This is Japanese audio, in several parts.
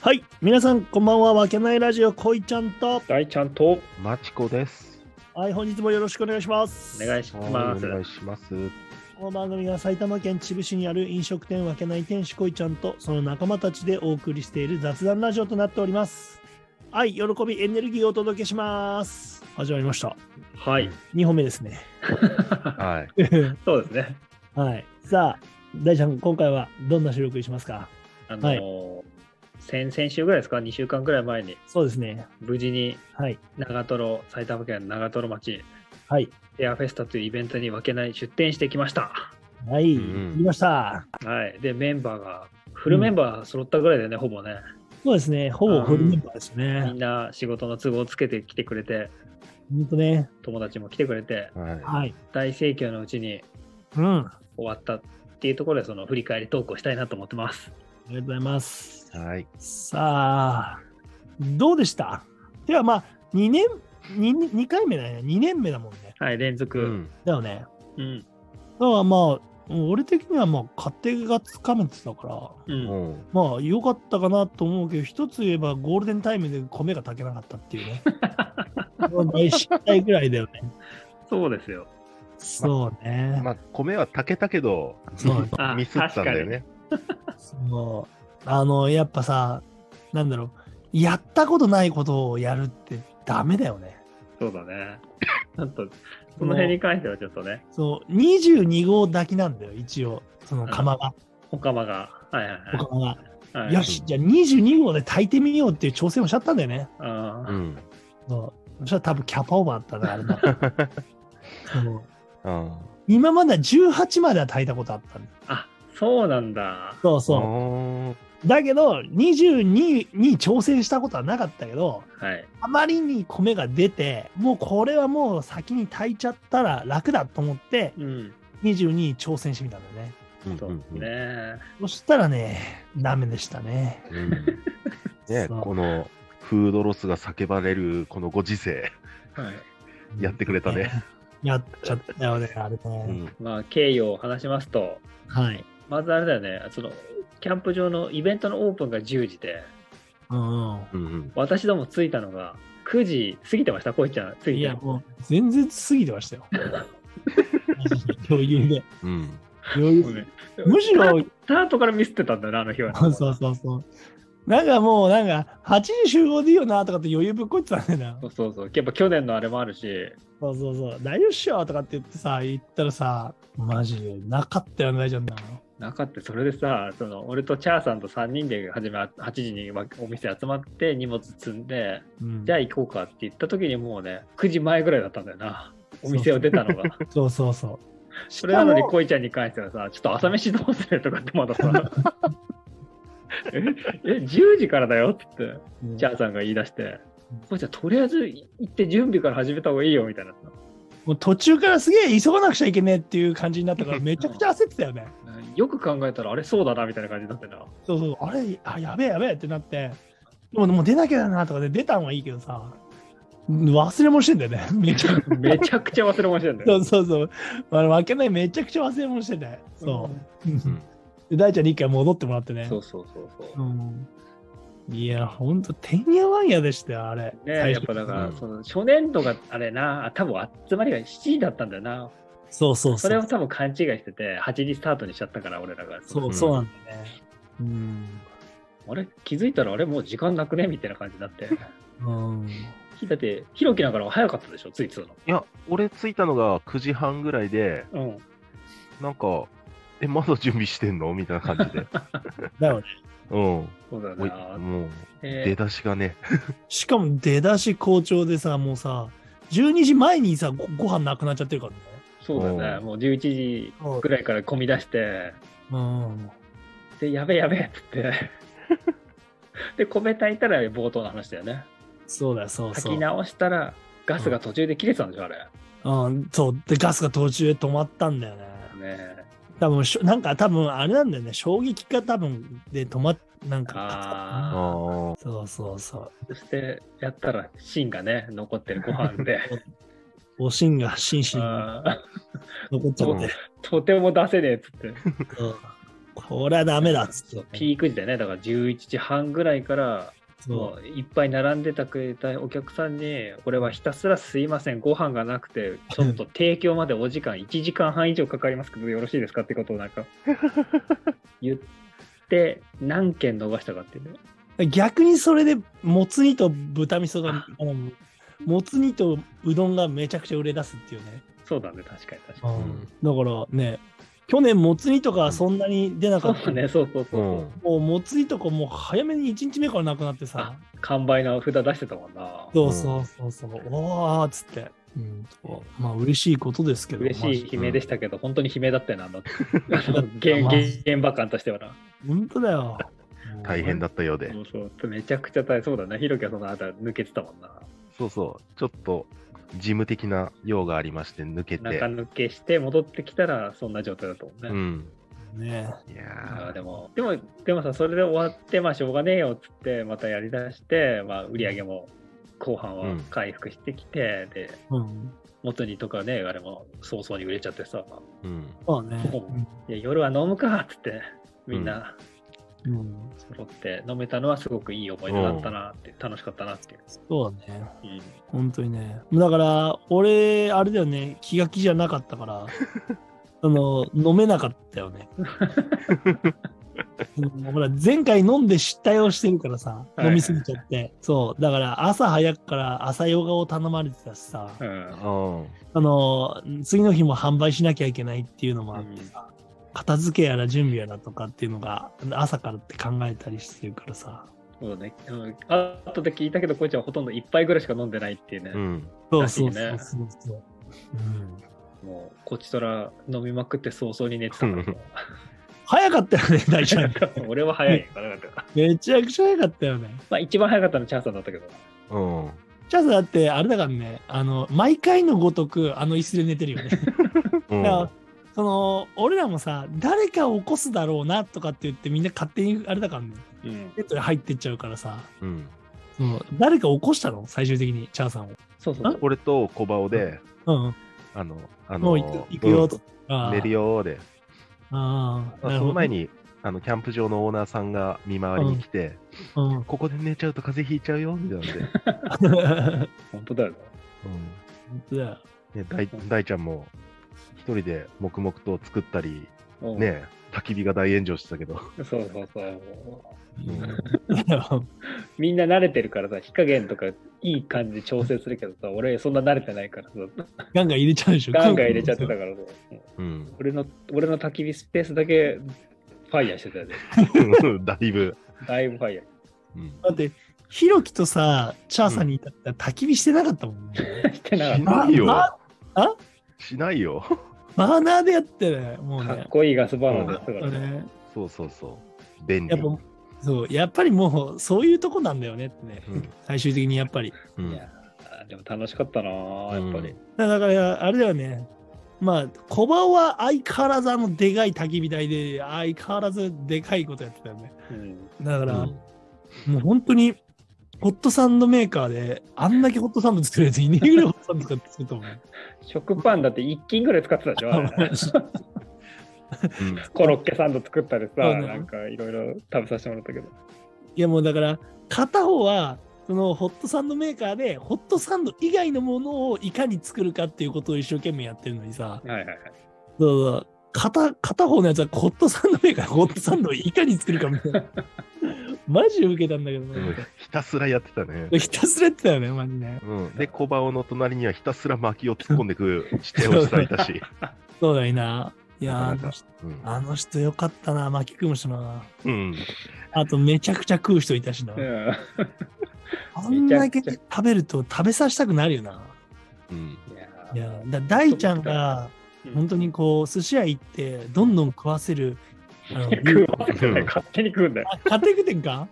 はい、皆さん、こんばんは。わけないラジオ、こいちゃんと。大ちゃんとおマチコです。はい、本日もよろしくお願いします。願いししはいまおす。願いします。ます。この番組は埼玉県秩父市にある飲食店わけない店主こいちゃんと、その仲間たちでお送りしている雑談ラジオとなっております。はい、喜び、エネルギーをお届けします。始まりました。はい。 2本目です ね。はい。そうですね。はい。さあ、大ちゃん、今回はどんな収録にしますかあのー先々週ぐらいですか、2週間ぐらい前に、そうですね。無事にはい。長瀞、埼玉県長瀞町、はい。エアフェスタというイベントに分けない出店してきました。はい。うん見ました。はい。で、メンバーが、フルメンバー揃ったぐらいだよね、ほぼね。そうですね。ほぼフルメンバーですみんね。な仕事の都合をつけてきてくれて、ほんとね。友達も来てくれて、ははい。大盛況のうちにうん。終わったっていうところで、その振り返り投稿したいなと思ってます。ありがとうございますい。。はい。さあ、どうでしたではまあ、2年、2, 二回目だよね。2年目だもんね。はい、連う続。ん。だよね。うん。だからまあ、俺的にはまあ、勝手がつかめてたから、う。うんん。まあ、良かったかなと思うけど、一つ言えば、ゴールデンタイムで米が炊けなかったっていうね。もう大失態ぐらいだよね。そうですよ。そうね。まあ、米は炊けたけど、そうあミスったんだよね。そう。あの、やっぱさ、なんだろう、やったことないことをやるってダメだよね。そうだね。ちょっと、その辺に関してはちょっとね、そう、22号抱きなんだよ、一応、その釜が、おかまが、はいはいお釜が。はい。はい、よし、じゃあ22号で炊いてみようっていう挑戦をしちゃったんだよね。あうーん。そう。そしたら多分キャパオーバーだったな、あれだ。 そうあ今までは18までは炊いたことあったんだあ、そうなんだ。そうあそー。う。だけど、22に挑戦したことはなかったけど、はい。あまりに米が出て、もうこれはもう先に炊いちゃったら楽だと思って、うん。 22に挑戦してみたんだよね。うんそうですね。そしたらね、ダメでしたね。うんうんねそうこのフードロスが叫ばれるこのご時世、はい。やってくれたね。やっちゃったよね、あれね。うん。まあ、経緯を話しますと、はい。まずあれだよね、その、キャンプ場のイベントのオープンが10時で、うんううん私ども着いたのが9時過ぎてました、こいちゃん。過ん。いぎてや、。もう全然過ぎてましたよ。余裕で。うん。余もうね裕むしろ、スタートからミスってたんだよな、あの日は。そうそうそうそう。なんかもう、なんか、8時集合でいいよなとかって余裕ぶっこいてたんだよなそ。うそうそう。やっぱ去年のあれもあるし、そうそうそう。大丈夫っしょとかって言ってさ、言ったらさ、マジで、なかったよね、大丈夫なの。なかったそれでさその俺とチャーさんと3人で初め8時にわお店集まって荷物積んでうんじゃあ行こうかって言った時にもうね9時前ぐらいだったんだよなお店を出たのがそうそうそう。それなのにしかもこいちゃんに関してはさちょっと朝飯どうするとかってまだ さええ10時からだよって言ってチャーさんが言い出してこいちゃんとりあえず行って準備から始めた方がいいよみたいなもう途中からすげえ急がなくちゃいけねえっていう感じになったから、めちゃくちゃ焦ってたよね。よく考えたらあれそうだなみたいな感じになってなそうそう、あれ、あ、やべえやべえってなって、でももう出なきゃだなとかで出たんはいいけどさ、忘れもしてんだよね。 めちゃくちゃ。めちゃくちゃ忘れましたよねそうそうそう。あの、負けないめちゃくちゃ忘れもしてて。そう。で、大ちゃんに一回戻ってもらってね。そうそうそうそううん。いや、ほんと、てんやわんやでしたよ、あれ。ね、やっぱだから、うんその初年度があれな、あ多分集まりが7時だったんだよな。そうそうそそれうを。多分勘違いしてて、8時スタートにしちゃったから、俺らが。そうう、んそうなんだよね。うん。あれ気づいたら、あれもう時間なくねみたいな感じになって。 うん。ひだって、ひろきなんかの方が早かったでしょ、ついつうの。いや、俺着いたのが9時半ぐらいで、うん。なんか、え、まだ準備してんのみたいな感 じで。だよね。うん。そうだよおいな。もう、出えだしがね。しかも出だし好調でさ、もうさ、12時前にさ、ごご飯なくなっちゃってるからね。そうだよね。うんもう11時ぐらいから混み出して、うん。で、やべえやべえっつって。で、米炊いたら冒頭の話だよね。そうだよ、そうそ炊うき。直したら、ガスが途中で切れてたんでしょ、あれ。ねうん、そう。で、ガスが途中で止まったんだよね。え。多分しょ、なんか多分あれなんだよね。衝撃が多分で止まっ、なんあか、ーあそうそうそう。そしてやったら芯がね残ってるご飯でおしんが心身にあー残っちゃって。とても出せねえっつってうんこれはダメだっつって、ピーク時だよね、だから11時半ぐらいから、そもういっぱい並んでたくれたお客さんに、俺はひたすらすいません、ご飯がなくて、ちょっと提供までお時間1時間半以上かかりますけど、よろしいですかってことをなんか言って、何件逃したかっていうね。う逆にそれでもつ煮と豚味噌があのもつ煮とうどんがめちゃくちゃ売れ出すっていうねそうだね、確かに確かうに。んだからね去年もつ煮とかはそんなに出なかそったうね、そうそうそう。うん。もうもつ煮とかもう早めに1日目からなくなってさあ完売の札出してたもんな。そうそうそうそう、おーっつって、うん、まあ嬉しいことですけど嬉しい悲鳴でしたけど、本当に悲鳴だったよな、あのあのまあ現現場感としてはな。まあ本当だよ大変だったようでそ。うそうめちゃくちゃ大変そうだね。ひろきはそのあたり抜けてたもんな。そうそう。ちょっと、事務的な用がありまして、抜けて中。抜けして戻ってきたらそんな状態だと思うね。うん。ねいあやーでも、でも、でもさ、それで終わって、まあ、しょうがねえよっつって、またやりだして、まあ、売り上げも後半は回復してきて、で、うん元にとかね、あれも早々に売れちゃってさ、ーうん。まあね、いや夜は飲むかっつって、みんなうんうん、揃って飲めたのはすごくいい思い出だったなって、楽しかったなっていう。そうだねうん本当にねだから俺あれだよね気が気じゃなかったからあ の飲めなかったよねうんほら前回飲んで失態をしてるからさはい飲みすぎちゃって、そうだから朝早くから朝ヨガを頼まれてたしさ、うんあの次の日も販売しなきゃいけないっていうのもあってさ、片付けやら準備やらとかっていうのが朝からって考えたりしてるからさそうだね。うんあとで聞いたけど、こいちゃんはほとんど一杯ぐらいしか飲んでないっていうね。うん。そうらしいそうねそうそうそう、うん、もう、こちとら飲みまくって早々に寝てたからも早かったよね大ちゃんう。 俺は早いからだから。めちゃくちゃ早かったよね。まあ、一番早かったのチャンさんだったけど。うん。チャンスだって、あれだからね、あの、毎回のごとく、あの椅子で寝てるよね。うだからん。その、俺らもさ、誰かを起こすだろうなとかって言って、みんな勝手に、あれだからね、うん。ベッドに入ってっちゃうからさ、うん。その誰か起こしたの最終的に、チャンさんを。そうそうそう。俺と小バオで、うんうん。あの、あの、もう行く行くよとうあんあ寝る。よーで。ああ、なるまあそほのど前に、あの、キャンプ場のオーナーさんが見回りに来て、うん。ここで寝ちゃうと風邪ひいちゃうよ、みたいなん で。本当だよ。うんじゃね、大大ちゃんも一人で黙々と作ったり、うん。ね、焚き火が大炎上してたけど、そうそうそう。もあ、うみんな慣れてるからさ、火加減とかいい感じで調整するけどさ、俺そんな慣れてないからさ、ガンガン入れちゃうでしょ。ガンガン入れちゃってたからさ、うん、俺の、俺の焚き火スペースだけファイヤーしてたよね。 だいぶ、だいぶファイヤー。うん、だって、ヒロキとさ、チャーさんに至ったら焚き火してなかったもんね。 してなかしっないよま。あしないよ。マーナーでやってね、もうた。かねっ。こいいガスバーナーだったかそらうね。ねそうそうそう。便や利っ。ぱそうやっぱりもうそういうとこなんだよねってね、うん最終的にやっぱりういんやーでも楽しかったなーやっぱり。だだからあれだよねまあ小バは相変わらずあのでかい焚き火台で相変わらずでかいことやってたよねうんだから、うんもう本当にホットサンドメーカーであんだけホットサンド作るやついねえぐらいホットサンド作ってたもん食パンだって1斤ぐらい使ってたでし ょあれうんコロッケサンド作ったりさ、そうねなんかいろいろ食べさせてもらったけど。いやもうだから片方はそのホットサンドメーカーでホットサンド以外のものをいかに作るかっていうことを一生懸命やってるのにさ、はいはいはい。そうそう片片方のやつはホットサンドメーカーホットサンドをいかに作るかみた いなマジで受けたんだけどうんね、ひたすらやってたね。ひたすらやってたよねマジねうん、で、小バオの隣にはひたすら薪を突っ込んでく視点をしていたし。そうだいないやーあなかなかの人うんあの人よかったな巻き込む人なうんあとめちゃくちゃ食う人いたしな、うあんだけめちゃく食べると食べさせたくなるよなうんん。いやーいやーだ大ちゃんがうん本当にこう寿司屋行ってどんどん食わせるあの食わせてない勝手に食うんだよ。あ家庭食ってんか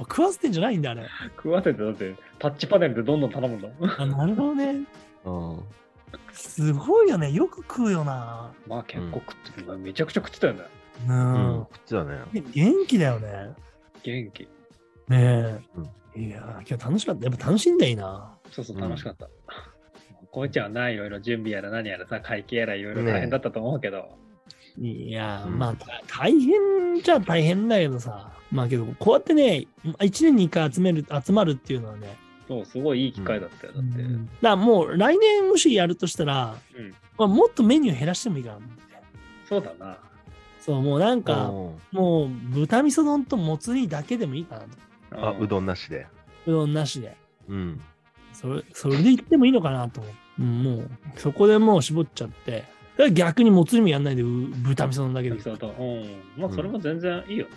あ食わせてんじゃないんだあれ食わせてだってタッチパネルでどんどん頼むんだもん。あなるほどねうんすごいよね。よく食うよな。まあ結構食ってた、めちゃくちゃ食ってたよね。ううんん。こっちだね。元気だよね。元気。ねえ。いやー、今日楽しかった。やっぱ楽しんでいいな。そうそう、うん楽しかった。こいちゃんはな、いろいろ準備やら何やらさ、会計やらいろいろ大変だったと思うけど、いやー、うんまあ、た大変じゃ大変だけどさ。まあけど、こうやってね、1年に1回集める、集まるっていうのはね、そう、すごいいい機会だったよ、だって。だからもう来年もしやるとしたら、うんまあ、もっとメニュー減らしてもいいかなと思って。そうだな。そう、もうなんか、うんもう豚味噌丼ともつ煮だけでもいいかなと。あ、うどんなしで。うどんなしで。うん。それ、それで言ってもいいのかなと思う。うんもう、そこでもう絞っちゃって。だから逆にもつ煮もやんないで、う豚味噌丼だけでいん。いそうと。うん。まあ、それも全然いいよね。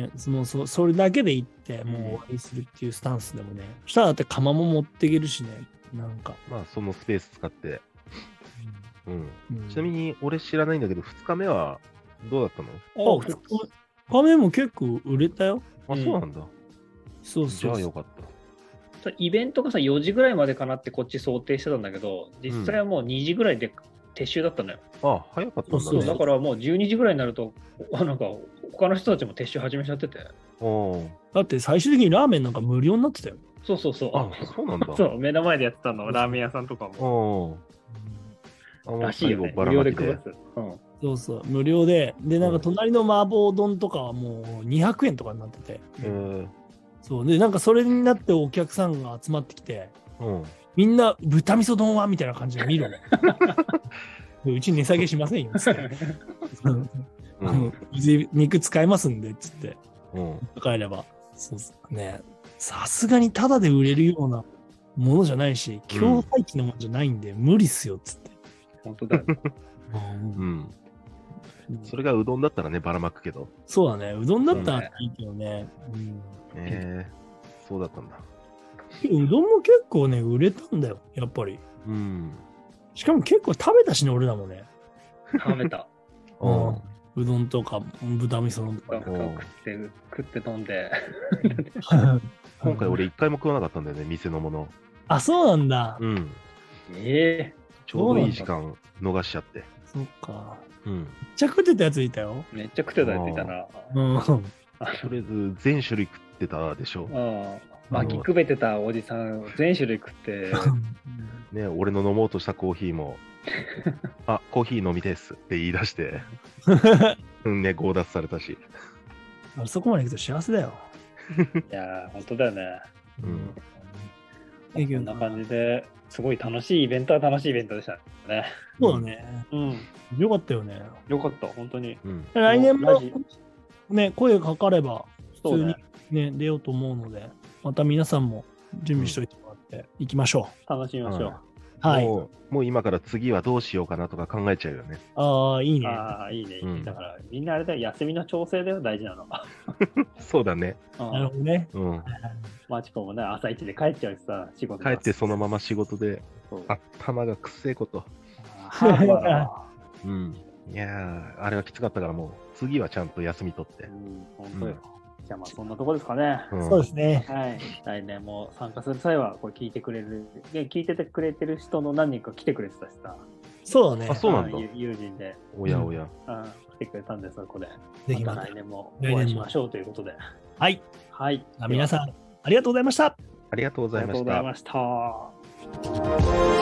ね、そのそそれだけで行って、もう終わりするっていうスタンスでもね。そしたらだって釜も持っていけるしね、なんか。まあ、そのスペース使って。うん。うんちなみに、俺知らないんだけど、2日目はどうだったのあ、2日目も結構売れたよ。あ、うんそうなんだ。そうじそゃうあそうよかった。そうイベントがさ、4時ぐらいまでかなってこっち想定してたんだけど、実際はもう2時ぐらいで撤収だったのよ。あ、早かったんだね。そうだからもう12時ぐらいになると、あなんか他の人たちも撤収始めちゃってて。おーだって最終的にラーメンなんか無料になってたよ。そうそうそう。あ、そうなんだ。そう、目の前でやってたの、ラーメン屋さんとかも。おーあもうらしいよ、ね最。後無ばら料までき配っで。てた。うん。そうそう、無料で。で、なんうかん隣の麻婆丼とかはもう200円とかになってて。えーそう。で、なんかそれになってお客さんが集まってきて、うん。みんな豚味噌丼はみたいな感じで 見るの。うち値下げしませんよ、つって。うんうあんのうち 肉使いますんで、つって。うん。帰れば。そうっすね。さすがにタダで売れるようなものじゃないし、強廃棄のものじゃないんで、無理っすよ、つって。本当だよ。うん。それがうどんだったらね、ばらまくけど。そうだね。うどんだったらいいけどね。えー、そうだったんだ。うん、うどんも結構ね、売れたんだよ、やっぱり。うん。しかも結構食べたしね、俺らもね。食べた。うんうどんとか豚味噌丼とか ねガクガク食って、食って飲んで。今回。俺一回も食わなかったんだよね、店のもの。あ、そうなんだ。うん。ええちょうどいい時間逃しちゃって。そっか。うん。めっちゃ食ってたやついたよ。めっちゃ食ってたやついたな。 うん。とりあえず全種類食ってたでしょ。うん。巻きくべてたおじさん、全種類食 って。ね、俺の飲もうとしたコーヒーも、あ、コーヒー飲みてえっすって言い出して、うんね、強奪されたし。あそこまで行くと幸せだよ。いやー、本当だよね。うん。いいけどこんなな感じで、すごい楽しいイベントは楽しいイベントでしたね。そうだね。うん。よかったよね。よかった、本当に。うん。来年ラもジね、声がかかれば、そうね。ね、出ようと思うので、また皆さんも準備しておいてもらって、行きましょ楽しみましょう。う。はい。もうもう今から次はどうしようかなとか考えちゃうよね。ああ、いいね。ああ、いいね。うんだから、みんなあれだよ、休みの調整だよ、大事なの。そうだね。なるうんほどね。うん。マチコもね、朝一で帰っちゃうしさ、仕事帰がってそのまま仕事で、そう頭がくせえこと。ハードだな。うん。いやー、あれはきつかったからもう、次はちゃんと休み取っうて。ん、本当よ。じゃあまあ、そんなとこですかね。うんそうですね。はい、来年も参加する際は、これ聞いてくれる、で聞いててくれてる人の何人か来てくれてたしさ、そうだねあ。そうなんだあの友友人で、おやおや。うん、来てくれたんで、そこで、ぜひままたた来。年もお来年も会いしましょうということで、はい。はい、皆さん、ありがとうございました。ありがとうごではざあいりがとまうしございた。ました。